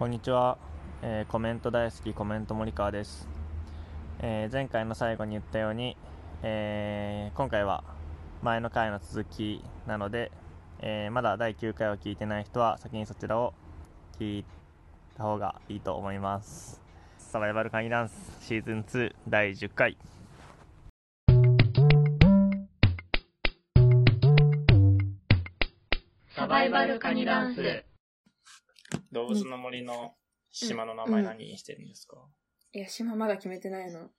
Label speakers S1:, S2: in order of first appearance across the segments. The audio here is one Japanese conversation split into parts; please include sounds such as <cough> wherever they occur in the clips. S1: こんにちは、えーコメント大好きコメント森川です、えー前回の最後に言ったように、えー今回は前の回の続きなので、えーまだ第9回を聞いてない人は先にそちらを聞いた方がいいと思いますサバイバルカニダンスシーズン2第10回
S2: サバイバルカニダンス。
S3: 動物の森の島の名前何にしてるんですか、
S4: いや、島まだ決めてないの。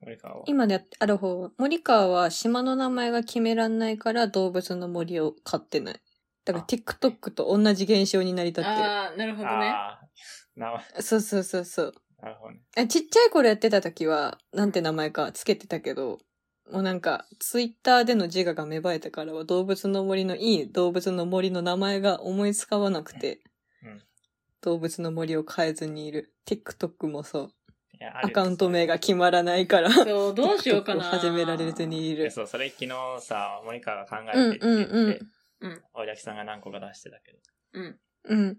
S3: 森川は。
S2: 今である方、森川は島の名前が決めらんないから動物の森を飼ってない。だから TikTok と同じ現象になりたって
S4: ああ、なるほどね。
S3: ああ、名前、
S2: る。そうそうそうそう。
S3: なるほどね。
S2: あちっちゃい頃やってた時は、なんて名前かつけてたけど、もうなんか、ツイッターでの自我が芽生えてからは動物の森のいい動物の森の名前が思いつかわなくて、
S3: うん
S2: 動物の森を変えずにいる。TikTok もそう。
S3: いや
S2: アカウント名が決まらないから。
S4: そう、どうしようか
S2: TikTok
S4: な。
S2: を始められず。にい
S3: いや
S2: る。
S3: そう、それ昨日さ、森川が考えてって言って、
S2: うんうん
S4: うんうん
S3: 大崎さんが何個か出してたけど。
S4: うん。
S2: うん。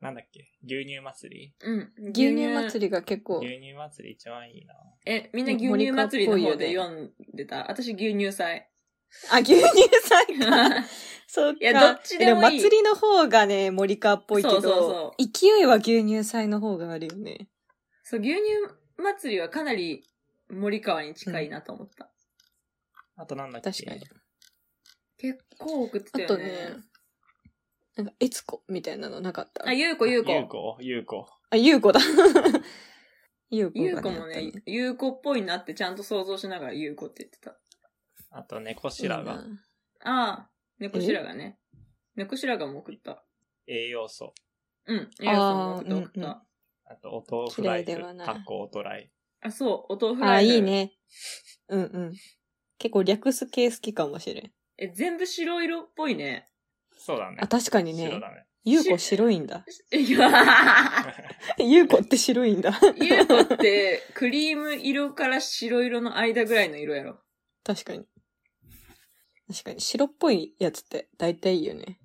S3: なんだっけ牛乳祭り
S4: うん。
S2: 牛乳祭りが結構。
S3: 牛乳祭り一番いいな。
S4: え、みんな牛乳祭りの方で読んでた。私牛乳 <laughs> 祭。
S2: あ、牛乳祭か。
S4: <laughs>
S2: そうか。
S4: いやどっちでもいい
S2: 祭りの方がね、森川っぽいけど、
S4: そうそう
S2: 勢いは牛乳祭の方があるよね。
S4: そう、牛乳祭りはかなり森川に近いなと思った。
S3: あとなんだっけ
S2: 確かに。
S4: 結構送って
S2: あ
S4: たよ
S2: と
S4: ね。
S2: ね、なんか、えつこみたいなのなかった。
S4: あ、ゆうこゆう
S3: ゆう
S4: こ。
S3: こ、ゆうこ。
S2: あ、ゆうこだ。 <laughs> ゆうこ
S4: ゆうこも
S2: がね、あっ
S4: ね
S2: た、
S4: ゆうこっぽいなってちゃんと想像しながらゆうこって言ってた。
S3: あと猫白
S2: いい
S3: が
S2: な
S4: ああ、猫白がね。猫白がも送った。
S3: 栄養素。
S4: うん。エアさんも送った送った。
S2: うんうん
S3: あと、お豆腐ライ
S2: 綺
S3: フ
S2: 麗では。ない
S3: かっこおとらい。
S4: あ、そう、お豆腐
S2: あ、
S4: ライフ
S2: いいね。うんうん。結構略す系好きかもしれん。
S4: え、全部白色っぽいね。
S3: そうだね
S2: あ、。確かに
S3: 白
S2: ね。
S3: だね。
S2: ゆうこ白いんだ。
S4: いや、
S2: <laughs> ゆうこって白いんだ。
S4: ゆうこって、クリーム色から白色の間ぐらいの色やろ。
S2: 確かに。確かに。白っぽいやつって大体いいよね。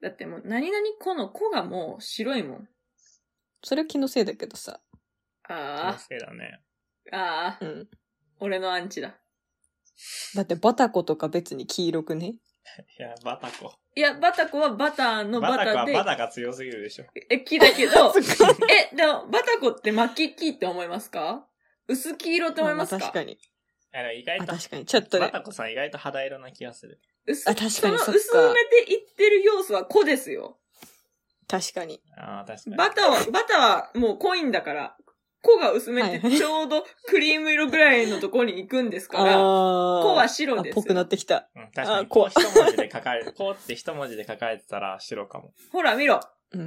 S4: だってもう、何々この子がもう白いもん。
S2: それは気のせいだけどさ。
S4: あ
S3: そうだね。
S4: あ、ああ
S2: う、ん。
S4: 俺のアンチだ。
S2: だってバタコとか別に黄色くね。、
S3: いや、バタコ。
S4: いや、バタコはバターの
S3: バタ
S4: バ
S3: コ
S4: タ
S3: は
S4: で、
S3: バタが強すぎるでしょ。
S4: え、木だけど
S2: <laughs> すごい
S4: え、でも、バタコって巻き木って思いますか薄黄色って思いますか,、
S2: 確かに。
S3: あの意外
S2: あ、
S3: と、
S2: 確かに。ちょっと
S3: バ
S2: ね。
S3: タコさん意外と肌色な気がする。
S4: 薄
S2: あ確かに
S4: その
S2: そっか
S4: 薄めていってる要素は子ですよ。
S2: 確かに。
S3: ああ、確かに。
S4: バターは、バターはもうコインだから、子が薄め
S2: は
S4: て
S2: い
S4: ちょうどクリーム色ぐらいのところに行くんです
S2: あ
S4: から、
S2: ー
S4: 子は白
S2: あ
S4: で、す
S2: ぽくな
S4: よ。
S2: ってきた。
S3: うん、確か
S2: あ
S3: に。こ
S2: こ
S3: う一文字で書かれて、 <laughs> こうって一文字で書かれてたら白かも。
S4: ほら見ろ
S2: うんう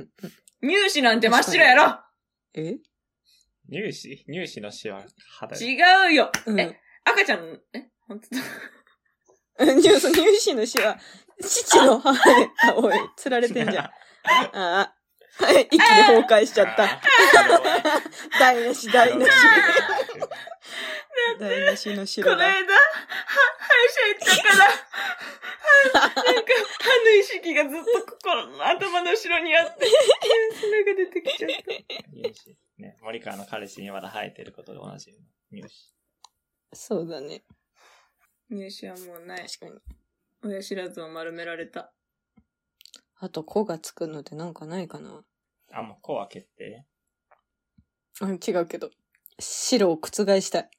S2: ん。
S4: 乳歯なんて真っ白やろ
S2: え
S3: 乳歯乳歯の歯は肌色。
S4: 違うよ
S2: うん。 <laughs>
S4: え赤ちゃん、え本当だ。
S2: ニュース、乳歯の
S4: <laughs>
S2: 死は、父の母で、あ、おい、釣られてんじゃん。ああ。はい一気に崩壊しちゃ
S4: <laughs>
S2: っ
S3: あ
S2: た。
S3: ー。
S2: <laughs> 台無し、
S3: 白
S2: 台
S3: い
S2: 無し。
S3: 白
S2: 台無しの
S4: こ
S2: 白
S4: の間、
S2: だ
S4: は。歯医者行ったから、はなんか歯の意識がずっとここ頭の後ろにあって、砂が出てきちゃった。
S3: い乳歯。ね、森川の彼氏にまだ生えてることで同じみの。乳
S2: そうだね。
S4: 乳歯はもうない。
S2: 確かに。
S4: 親知らずを丸められた。
S2: あと、子がつくのってなんかないかな <laughs>
S3: 歯。あ、もうこうは決定。 <laughs>
S2: あ違うけど。白を覆したい。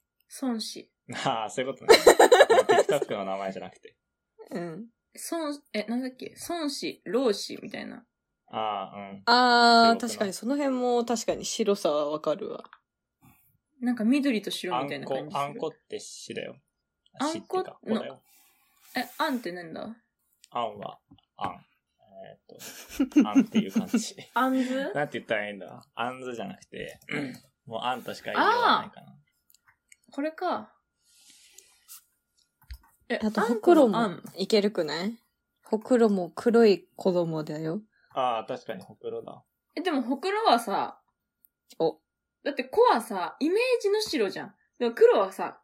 S4: 孫子。
S3: ああ、そういうことね。TikTok の名前じゃなくて。
S2: うん。
S4: 孫、え、なんだっけ孫子、老子みたいな。
S3: ああ、うん。
S2: あ
S3: 白
S2: ー、
S3: くない
S2: 確かに、その辺も確かに白さはわかるわ。
S4: なんか緑と白
S3: あ
S4: みたい
S3: ん
S4: な
S3: こ
S4: 感じ、する。
S3: あんこって死だよ。死
S4: あん
S3: ってい
S4: こ
S3: うか、こだよ。
S4: え、あんってなんだ
S3: あんは、あん。えーっと、あん <laughs> っていう感じ。
S4: あんず
S3: なんて言ったらいいんだあんずじゃなくて、もうあんとしか言いようがないかな。
S4: これか。え
S2: あと、
S4: あ
S2: ほ
S4: ん
S2: く
S4: こ
S2: ろ
S4: のあ
S2: も
S4: ん。
S2: いけるくないほくろも黒い子供だよ。
S3: ああ、確かにほくろだ。
S4: え、でも、ほくろはさ、
S2: お。
S4: だって、こはさ、イメージの白じゃん。でも、黒はさ、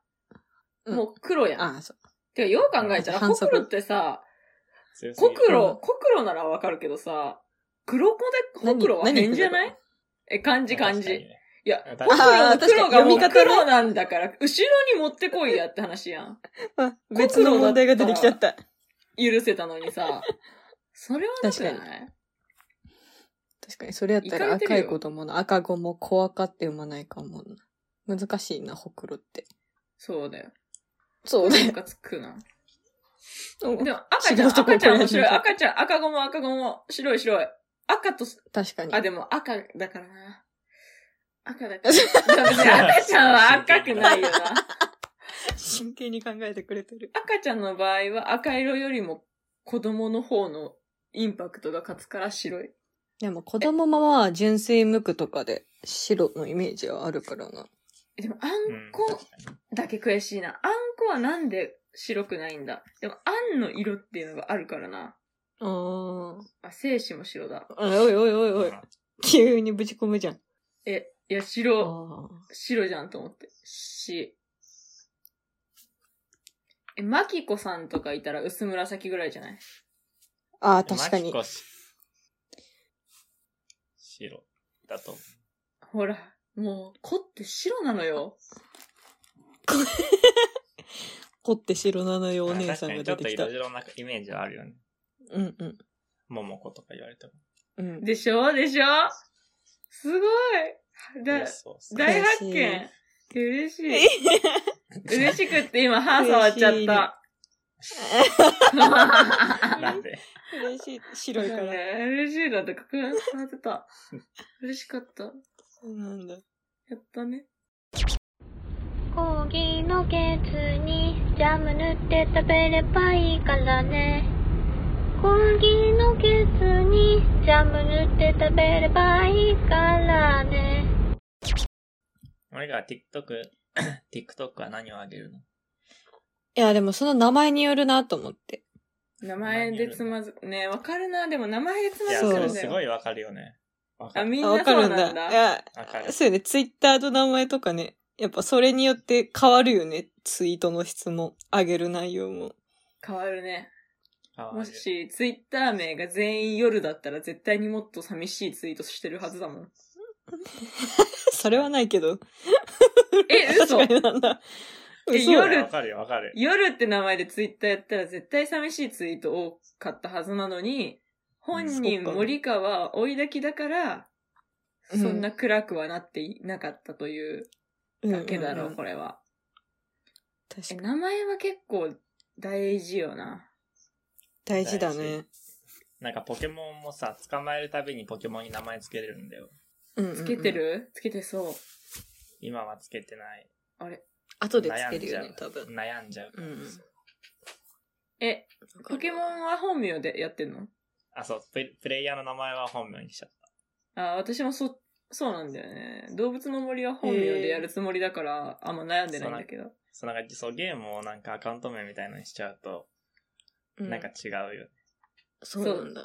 S2: うん
S4: もう黒やん。
S2: あー、そう。
S4: てか、よう考えたら、
S2: 反
S4: ほ
S2: 則
S4: くろってさ、
S3: 強すぎ
S4: こ
S3: る
S4: くろ、こくろならわかるけどさ、黒子で、ほくろは
S2: 何何
S4: 変じゃないえ、漢字漢
S3: 確かに
S4: 字。
S3: ね
S4: いや、
S3: 確
S4: ほ
S3: か
S4: く
S3: に
S4: ろ
S2: あ
S4: の
S2: ー確か
S4: 黒
S2: に
S4: がもう
S2: 読み方ね
S4: 黒なんだから、後ろに持ってこいやって話やん。
S2: あ <laughs> 別の問題が出てきちゃった。
S4: 許せたのにさ。それはなくない
S2: 確 <laughs> 確かに、それやった
S4: い
S2: ら
S4: かれて
S2: 赤
S4: るよ
S2: い子供の赤子も小赤って読まないかもな。難しいな、ほくろって。
S4: そうだよ。
S2: そうだ
S4: な
S2: よ
S4: ん。
S2: <laughs>
S4: かつくな。
S2: うん
S4: でも赤ちゃん、
S2: 仕事ここ
S4: 赤ちゃん面
S2: やし
S4: 白い。赤ちゃん、赤子も赤子も白い白い。赤とす、
S2: 確かに。
S4: あ、でも赤だからな。赤だから。赤ちゃんは赤くないよな。
S2: 真剣に考えてくれてる。
S4: 赤ちゃんの場合は赤色よりも子供の方のインパクトが勝つから白い。
S2: でも子供もまあ純粋無垢とかで白のイメージはあるからな。
S4: でもあん
S3: うん
S4: こ
S3: 確かに
S4: だけ悔しいな。あんこはなんで白くないんだ。でもあんの色っていうのがあるからな。
S2: あー。
S4: あ、精子も白だ。
S2: おいおいおいおい。急にぶち込むじゃん。
S4: え、いや
S2: あ
S4: 白、
S2: ー
S4: 白じゃんと思って。し。え、まきこさんとかいたら薄紫ぐらいじゃない
S2: あー、
S3: うん
S2: 確かに
S3: マ。キコし白だと思う。
S4: ほら、もう、子って白なのよ。
S2: 凝って白なのよお
S3: あ
S2: 姉
S3: 確
S2: さ
S3: か
S2: んが
S3: にちょ
S2: 出
S3: ってと
S2: きた
S3: 色。白なイメージはあるよね。
S2: うんうん。
S3: 桃子とか言われても。
S2: うん。
S4: でしょでしょすごい
S3: い
S4: だ
S3: や、そう
S2: <laughs>
S3: そう
S4: 大発見嬉しい。 <laughs> 嬉しくって今歯触っちゃった。 <laughs>
S3: なんで
S2: 嬉しい。白いから。
S4: 嬉しいだって、かくん触ってた。嬉しかった。や
S2: そうなんだ。
S4: ったね。
S5: 講義のケツにジャム塗って食べればいいからね講義のケツにジャム塗って食べればいいからね
S3: 俺が TikTok、TikTok は何をあげるの
S2: いや、でもその名前によるなと思って。
S4: 名前でつまず、ねわかるな。でも名前でつ
S3: い
S4: ま
S3: や、
S4: ず
S2: そう
S4: く
S3: そ
S4: んだ
S3: れ
S4: よ。
S3: すごいわかるよね。わか
S4: あ、
S3: る。
S4: みん
S2: あ、わ
S4: な
S2: か
S4: そ
S2: る
S4: うんな
S2: だ。
S4: んだ。
S2: いや、
S3: わかる。
S2: そうよね、ツイッターの名前とかね、やっぱそれによって変わるよね、ツイートの質も、上げる内容も。
S4: 変わるね。
S3: あ
S4: もし、ツイッター名が全員夜だったら絶対にもっと寂しいツイートしてるはずだもん。
S2: それはないけど。
S4: え、嘘
S2: <laughs> 確かになんだ。
S4: え
S2: 嘘
S4: 夜
S3: わかるよ、わかる。
S4: 夜って名前でツイッターやったら絶対寂しいツイート多かったはずなのに、本
S2: う
S4: 人
S2: んそうか
S4: 森川追いだきだから、
S2: うん
S4: そんな暗くはなっていなかったというだけだろ
S2: うんうんう
S4: う、
S2: ん
S4: これは。え
S2: 確かに。
S4: 名前は結構大事よな。
S2: 大事だね。
S3: なんかポケモンもさ、捕まえるたびにポケモンに名前つけれるんだよ。
S2: うんうんうん
S4: つけてるつけてそう。
S3: 今はつけてない。
S4: あれ
S2: 後でつけるよね、多分。
S3: 悩んじゃう。
S2: うんうん
S4: え、ポケモンは本名でやってんの
S3: あ、そうプレ、プレイヤーの名前は本名にしちゃっ
S4: あ、私もそ、そうなんだよね。動物の森は本名でやるつもりだから、あんま悩んでないんだけど。
S3: た。そう、なんか、そう、ゲームをなんかアカウント名みたいなのにしちゃうと、
S2: うん
S3: なんか違うよ。
S2: そうなんだ。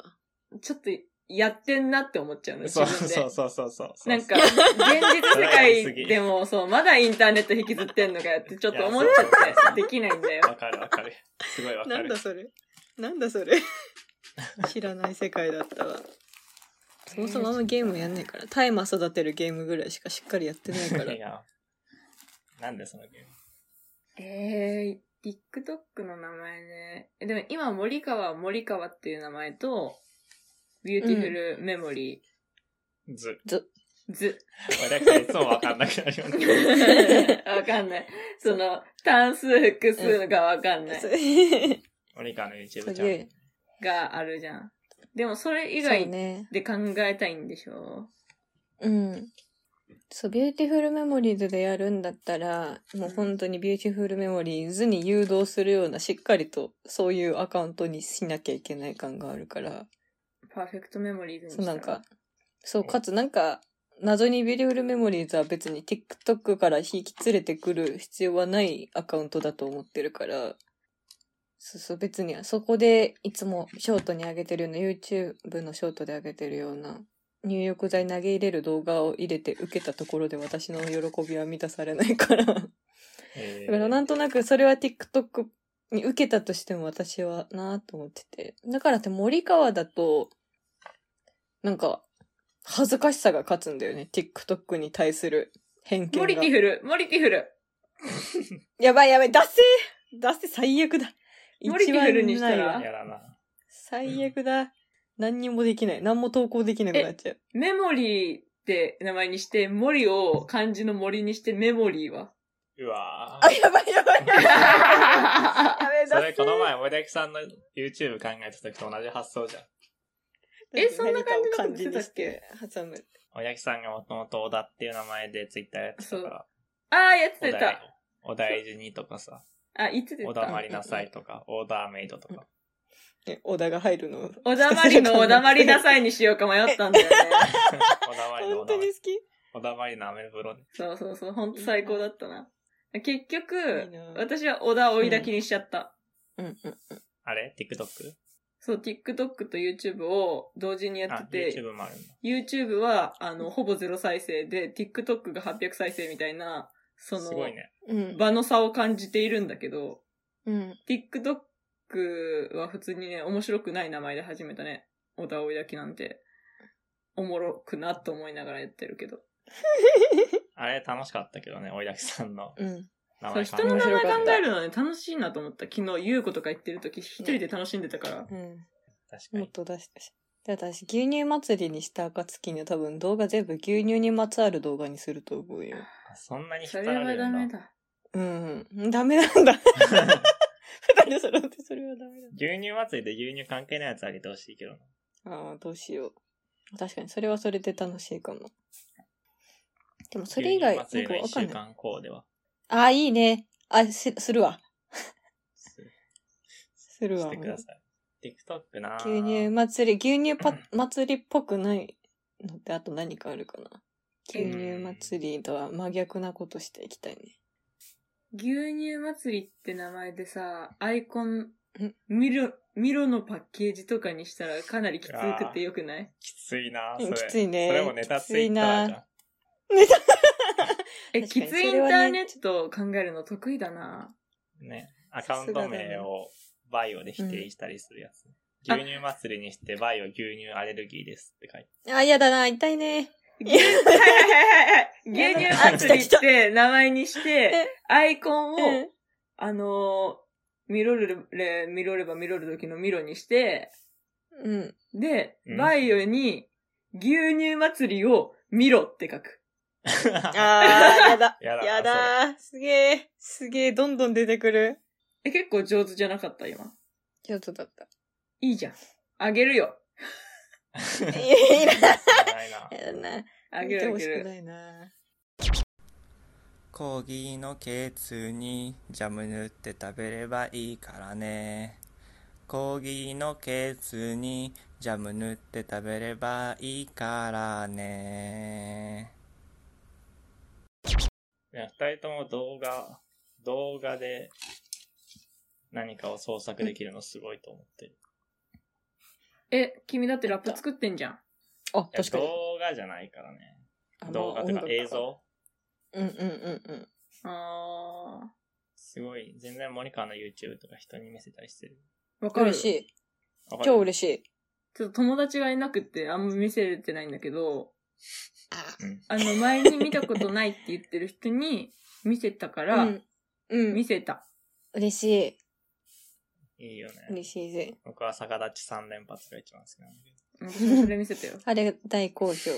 S4: ちょっと、やってんなって思っちゃうの、自
S3: そう
S4: 分で。
S3: そうそうそうそう。
S4: なんか、、現実世界でも、そう、まだインターネット引きずってんのかよって、ちょっと思っちゃって、できないんだ
S3: わ <laughs>
S4: よ。
S3: かるわかる。すごいわか
S2: なん
S3: る
S2: だ。それ。なんだそれ。 <laughs> 知らない世界だったわ。そもそもあんまゲームやんないから、タイマー育てるゲームぐらいしかしっかりやってないから
S3: <laughs> い。やなんでそのゲーム
S4: えー、TikTok の名前ね。えでも今、森川、森川っていう名前と、ビューティフルメモリ
S3: ず、
S4: ーズ。
S3: 俺らいつもわかんなくなるよ <laughs> ね。
S4: <laughs> わかんない。その、単数複数がわかんない。
S2: <laughs> す
S3: 森川の YouTube チャン
S2: げ
S3: ネ
S2: え
S3: ル。。
S4: があるじゃん。でも、それ以
S2: そう
S4: 外
S2: ね。
S4: で考えたいんでしょ
S2: うん。そう、ビューティフルメモリーズでやるんだったら、もう本当にビューティフルメモリーズに誘導するような、しっかりとそういうアカウントにしなきゃいけない感があるから、
S4: パーフェクトメモリーズにし
S2: そう
S4: たら
S2: なんか、そう、かつなんか、謎にビューティフルメモリーズは別に TikTok から引き連れてくる必要はないアカウントだと思ってるから、そうそう、別にそこでいつもショートに上げてるような、YouTube のショートで上げてるような、入浴剤投げ入れる動画を入れて受けたところで私の喜びは満たされないから。だか
S3: え
S2: ら
S3: ー
S2: なんとなくそれは TikTok に受けたとしても私はなぁと思ってて。だからって森川だと、なんか、恥ずかしさが勝つんだよね。TikTok に対する偏見
S4: モリ
S2: が
S4: ティ。フル、モリティフル。
S2: やばいやばい、出せ出せ最悪だ。
S4: モリティフルにしたら
S2: 一番ないわ
S3: やだな。
S2: 最悪だ。何にもできない。何も投稿できなくなっちゃう。
S4: メモリーって名前にして、森を漢字の森にしてメモリー
S2: <laughs>
S4: は。
S3: うわ
S2: あ、
S3: ぁ。
S2: やばいや
S4: <laughs>
S2: ばい。やべえ、
S3: そ
S2: 出
S3: れこの前、森崎さんの YouTube 考えた時と同じ発想じゃん。
S4: えそんな感じのことしてたっけ
S2: 何かを漢字にして挟む。
S3: 森崎さんがもともと小田っていう名前で Twitter やってたから、
S4: ああ、やって
S3: 小
S4: た
S3: 田。小田エイジニとかさ、
S4: あ、いつで
S3: 小
S4: す
S3: 田
S4: か
S3: まりなさいとか、オーダーメイドとか。
S2: え、小田が入るの。
S4: おだまりのおだま
S3: <laughs>
S4: りなさ
S2: い。
S4: いにしようか迷ったんだよね。
S3: 小田まりの小
S2: 本
S3: 田
S2: 当
S3: ま
S2: に
S3: り
S2: 好。き
S3: 小田まりのアメブロね。
S4: そうそうそう、ほんと最高だったな。結局
S2: いいな、
S4: 私は小田追いだきにしちゃった。
S2: うんうん。
S3: あれ ?TikTok?
S4: そう、TikTok と YouTube を同時にや
S3: あ
S4: っ、てて、
S3: YouTube もあるんだ。
S4: YouTube は、あの、ほぼゼロ再生で、TikTok が800再生みたいな、そ
S3: すごい
S4: の、
S3: ね。
S2: うん。
S4: 場の差を感じているんだけど、
S2: うん。
S4: TikTok は普通にね、面白くない名前で始めたね。小田追いだきなんて、おもろくなと思いながらやってるけど。
S3: あれ楽しかったけどね、おいだきさんの
S2: うん。
S3: 名
S4: そう、
S3: 前考
S4: 人の名
S3: える
S4: 前考
S3: の
S2: 面白かっ
S4: えるのね、楽しいなと思った。昨日、ゆうことか言ってる時、一人で楽しんでたから。
S2: うん。
S3: 確か
S2: もっ
S3: に。
S2: と出してで私、牛乳祭りにした暁には多分動画全部牛乳にまつわる動画にすると思うよ。
S3: あそんなに引っ
S4: そ
S3: 張
S4: れ
S3: ら
S4: は
S3: れる
S4: ダメ
S3: んだ。
S4: だ。
S2: うん。ダメなんだ。二人揃ってそれはダメだ。
S3: <laughs> 牛乳祭りで牛乳関係ないやつあげてほしいけどな。
S2: ああ、どうしよう。確かに、それはそれで楽しいかも。でも、そ
S3: そ
S2: れ以外、なんか
S3: 祭りの
S2: わ
S3: 一
S2: かん
S3: 週
S2: ない。
S3: 間後では。
S2: ああ、いいね。あ、し、するわ。
S3: す
S2: するわ。
S3: してください。TikTok なぁ
S2: 牛乳祭り、牛乳パ、祭りっぽくないのって、あと何かあるかな。牛乳祭りとは真逆なことしていきたいね。
S4: 牛乳祭りって名前でさ、アイコン
S2: ん、
S4: ミロ、ミロのパッケージとかにしたらかなりきつくてよくない
S3: きついなぁ
S2: うん
S3: それ。
S2: きついね
S3: それもネタついたらじゃん。
S2: ねた
S4: え、
S2: 確か
S4: き
S2: に
S4: ついインターネットを考えるの得意だな
S3: ね。アカウント名をバイオで否定したりするやつ。
S4: うん
S3: 牛乳祭りにしてバイオ牛乳アレルギーですって書いて。
S2: <laughs> あ、嫌だな、痛いね。
S4: 牛はいはいはいはい。牛乳祭り
S2: あ来
S4: った
S2: 来
S4: て名前にして <laughs>
S2: え、
S4: アイコンを、
S2: うん。
S4: あのー、ミロルレ、ミロればミロる時のミロにして、
S2: うん。
S4: で
S3: うん、
S4: バイオに、牛乳祭りを見ろって書く。
S2: あ
S3: <laughs>
S2: あ、やだ。
S3: やだな
S2: やだ。すげえ。すげえ、どんどん出てくる。
S4: え、結構上手じゃなかった、今。
S2: ちょっとだった。
S4: いいじゃん。あげるよ。
S3: それ
S2: いやいらない
S3: ないな。
S2: やだな。
S4: あげるあげ
S2: 見てほしく
S4: る。
S2: ないな。
S1: コーギーのケツにジャム塗って食べればいいからねコーギーのケツにジャム塗って食べればいいからね
S3: いや二人とも動画、動画で何かを創作できるのすごいと思ってる。
S4: え、君だってラップ作ってんじゃん。
S2: あ、
S3: いや
S2: 確かに。
S3: 動画じゃないからね。
S2: あまあ
S3: 動画という
S2: 音
S3: か
S2: 楽
S3: 映像
S2: うんうんうんうん。
S4: あ
S3: すごい、全然モニカの YouTube とか人に見せたりしてる。
S4: ー。わかる。
S2: 嬉し
S4: ち
S2: い。
S3: わかる
S2: 超嬉しい。
S4: ょっと友達がいなくってあんま見せれてないんだけど、
S3: うん
S4: あの、前に見たことないって言ってる人に見せたか
S2: <laughs> う
S4: ら、
S2: ん。うん
S4: 見。せた。
S2: 嬉し
S3: いいよね
S2: い。。嬉しいぜ。
S3: 僕は逆立ち3連発が一番好きなんだけど。
S4: 私もそれ見せたよ。
S2: あれ、大好評。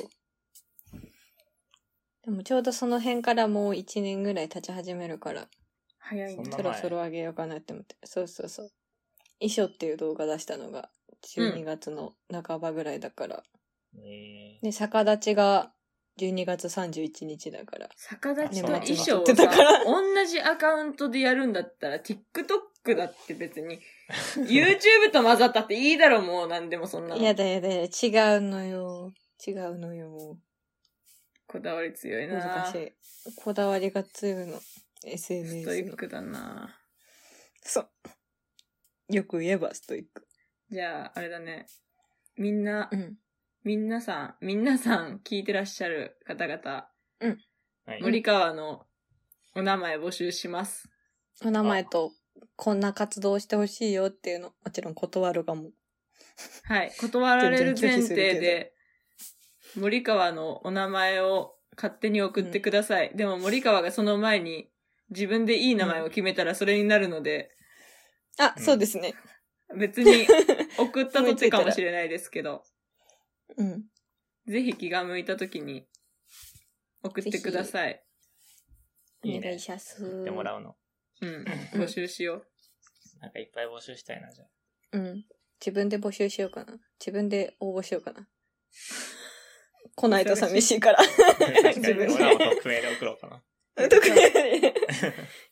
S2: でもちょうどその辺からもう1年ぐらい経ち始めるから、
S4: 早い
S3: そん
S4: ね
S3: な
S2: そろそろ上げようかなって思って。そうそうそう。衣装っていう動画出したのが12月の半ばぐらいだから。
S3: ね
S2: で、逆立ちが12月31日だから。
S4: 逆立ちと
S3: あ
S4: 衣装を
S2: そうだ
S4: さ
S2: だから、
S4: 同じアカウントでやるんだったら、TikTok だって別
S2: <laughs>
S4: に、YouTube と混ざったっていいだろ、もう何でもそんなの。
S2: やだやだやだ、違うのよ。違うのよ。
S4: こだわり強いな
S2: 難しい。こだわりが強いの。
S4: ストイ
S2: SNS の
S4: ッ。クだな
S2: そう。よく言えばストイック。
S4: じゃあ、あれだね。みんな、
S2: うん。
S4: みんなさん、みんなさん聞いてらっしゃる方々、
S3: はい。
S4: 森川のお名前募集します。
S2: お名前と、こんな活動をしてほしいよっていうの、もちろん断るがも。
S4: はい。断られる前提
S2: 全然拒否する
S4: で、森川のお名前を勝手に送ってください。でも森川がその前に自分でいい名前を決めたらそれになるので、
S2: あ、
S3: うん
S2: そうですね。
S4: 別に送ったとてかもしれないですけ
S2: <laughs>
S4: ど、
S2: うん。
S4: ぜひ気が向いた時に送ってください。
S3: いい
S2: お願
S3: ね
S2: い。します。
S3: 送ってもらうの。
S4: うん。
S2: うん
S4: 募集しよう。
S3: なんかいっぱい募集したいな、じゃあ。
S2: うん。自分で募集しようかな。自分で応募しようかな。来ないと寂しいから。
S4: <laughs>
S3: 確か
S2: 自
S3: に、
S2: 分で
S3: 俺らも匿名で送ろうかな。 <laughs>
S2: 特に。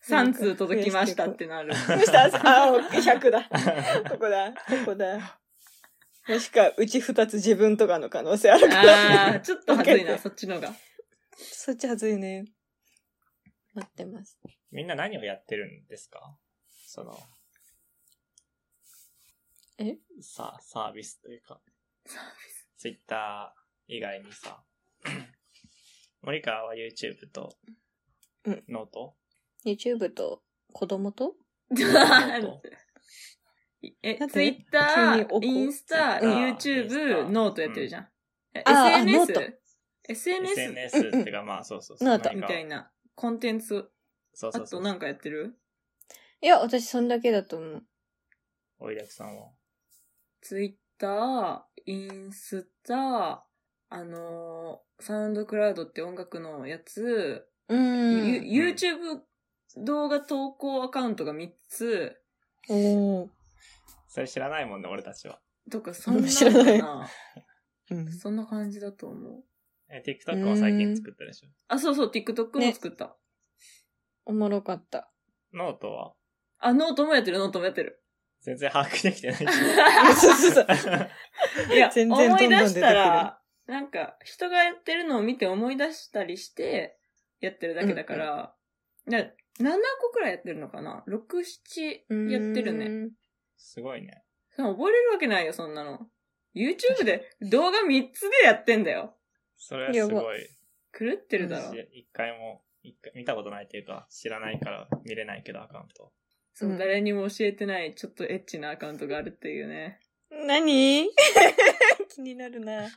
S4: 3通届きましたってな
S2: <laughs>
S3: <laughs>
S4: る。
S2: そしたら、あ、100だ。ここだ。ここだ。もしか、うち2つ自分とかの可能性あるから。
S4: ああ、ちょっとはずいな、そっちのが。
S2: そっちはずいね。待ってます。
S3: みんな何をやってるんですかその。
S2: え
S3: さ、サービスというか。ツイッター以外に
S4: <laughs>
S3: さ。森川は YouTube と
S2: うん、
S3: ノート
S2: YouTube と子供と
S4: <laughs> え
S2: だっ、て
S4: ツイッ
S2: 急
S4: タ
S2: にお
S4: ー、
S2: こ
S4: インスタ、
S3: Twitter Insta
S4: YouTube、ノートやってるじゃん。え
S2: あーあ
S4: SNS? SNS
S3: SNS っていうか、まあそうそうそう。
S2: ノート
S3: 何
S4: み
S3: か
S4: たいなコンテンツ。
S3: そう
S4: あ
S3: そうそ
S4: と
S3: う。
S4: なんかやってる
S2: いや、私そんだけだと思う。
S3: おいだくさんは。
S4: ツイッター、インスタ、あのーサウンドクラウドって音楽のやつ、
S2: うーん。
S4: ゆ YouTube 動画投稿アカウントが3つ
S2: おー
S3: それ知らないもんね、俺たちは。
S4: とか、そんな
S2: 知らない
S4: な
S2: うん。
S4: そんな感じだと思う。
S3: え、TikTok も最近作ったでしょ。
S4: あ、そうそう、TikTok も作った。
S2: おもろかった。
S3: ノートは
S4: あ、ノートもやってる、ノートもやって
S2: <laughs>
S4: る。
S3: 全然把握できてないし。
S2: そうそう <laughs> そう。
S4: いや、
S2: 全然どんどん出て
S4: 思
S2: くる
S4: い出したら、なんか、人がやってるのを見て思い出したりして、やってるだけだから、な7個くらいやってるのかな ?6、7やってるね。
S2: ね。
S3: すごいね。
S4: そんな覚えれるわけないよ、そんなの。YouTube で動画3つでやってんだよ。
S3: それはす
S2: や
S3: ごい。
S4: 狂ってるだろ。
S3: し一回も、一回見たことないというか、知らないから見れないけど、アカウント。
S4: そうう、
S2: ん
S4: 誰にも教えてない、ちょっとエッチなアカウントがあるっていうね。
S2: 何 <laughs> 気になるな。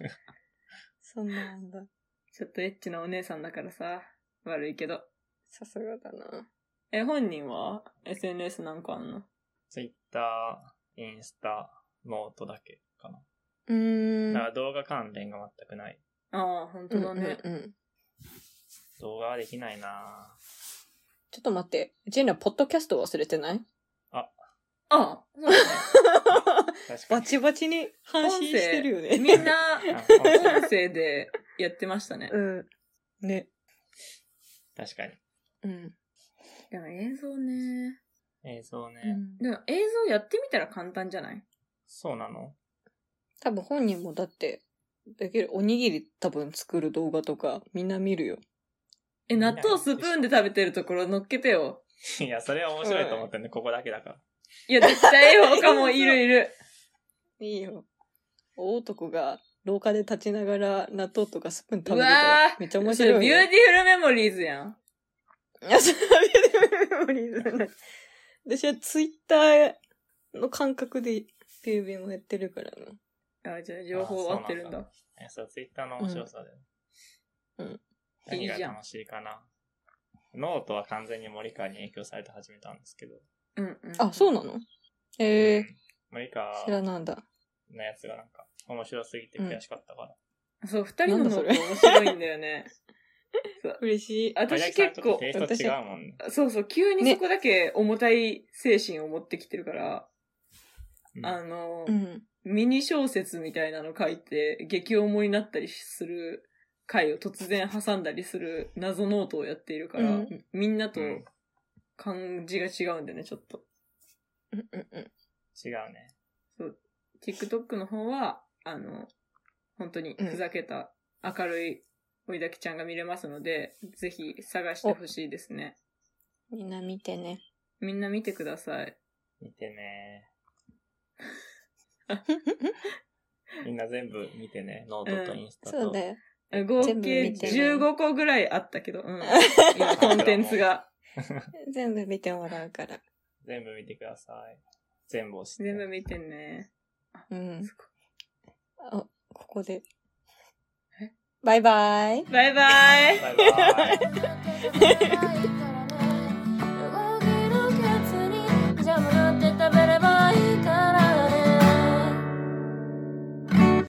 S2: そんなんだ。
S4: ちょっとエッチなお姉さんだからさ、悪いけど。
S2: さすがだな。
S4: え、本人は ?SNS なんかあんの
S3: Twitter、インスタ、ノートだけかな。
S2: うーん。
S3: だから動画関連が全くない。
S4: ああ、本当だね。
S2: うんうんうん。
S3: 動画はできないなぁ
S2: ちょっと待って。ジェンラ、ポッドキャスト忘れてない
S4: ああ、そうだね。
S2: <laughs>
S3: 確か
S2: バ
S3: に。
S2: チバチに
S4: 音
S2: 反
S4: 声
S2: 心してるよね。
S4: みんな、
S3: あそう
S4: 音声でやってましたね。
S2: うん。ね。
S3: 確かに。
S2: うん。
S4: でも映像ね。
S3: 映像ね。
S4: でも映像やってみたら簡単じゃない
S3: そうなの <laughs>
S2: 多分本人もだって、できる、おにぎり多分作る動画とか、みんな見るよ。
S4: え、納豆スプーンで食べてるところ乗っけてよ。
S3: いや、それは面白いと思ってね、ここだけだから。
S4: いや、絶対よ、他もいるいる。
S2: いいよ。大男が廊下で立ちながら納豆とかスプーン食べて
S4: う
S2: た
S4: わ
S2: ら
S4: ー
S2: めっちゃ <laughs> 面
S4: 面白
S2: 白
S4: い。
S2: い
S4: ビュ
S2: よ、
S4: ーティフルメモリーズやん。
S2: いや、そうビューティフルメモリーズね私はツイッターの感覚でビュービューもやってるからな。
S4: あ、じゃあ情報合ってるんだ。
S3: えそう、Twitter の面白さで。
S2: うんうん
S3: 何が
S4: いいじゃん
S3: 楽しいかな。ノートは完全に森川に影響されて始めたんですけど。
S4: うんうん。
S2: あ、そうなのへえ
S3: うん森川
S2: 知らなんだ。
S3: のやつがなんか、面白すぎて悔しかったから。
S4: そう、二人の
S2: な
S4: ノ
S2: んだそ
S4: ー
S2: れ
S4: ト面白いんだよ <laughs> ね。
S2: 嬉しい。
S3: 森
S4: 私
S3: 川
S4: 結
S3: ちょっと
S4: 構、
S3: テイスト違うもんね。
S4: そうそう、急にそこだけ重たい精神を持ってきてるから、
S3: うん
S4: あの、
S2: うん。
S4: ミニ小説みたいなの書いて、激重になったりする回を突然挟んだりする謎ノートをやっているから、
S2: う
S4: みんなと
S3: うん
S4: 感じが違うんだよね、ちょっと。
S2: うんうんうん。
S3: 違うね。
S4: TikTok の方は、あの、本当にふざけた明るい追いだきちゃんが見れますので、ぜひ探してほしいですね。
S2: みんな見てね。
S4: みんな見てください。
S3: 見てね。みんな全部見てね。ノートとインスタと。
S2: そうだよ。
S4: 合計
S2: 全部見てね
S4: 15個ぐらいあったけど、うん。
S2: <laughs>
S4: 今コンテンツが。
S2: 全部見てもらうから。
S3: 全部見てください。全部押して。
S4: 全部見てね。
S2: うん。
S4: すごい
S2: あ、ここで。
S6: バイバイ。
S2: バイバイ
S4: バイバイ。
S5: 「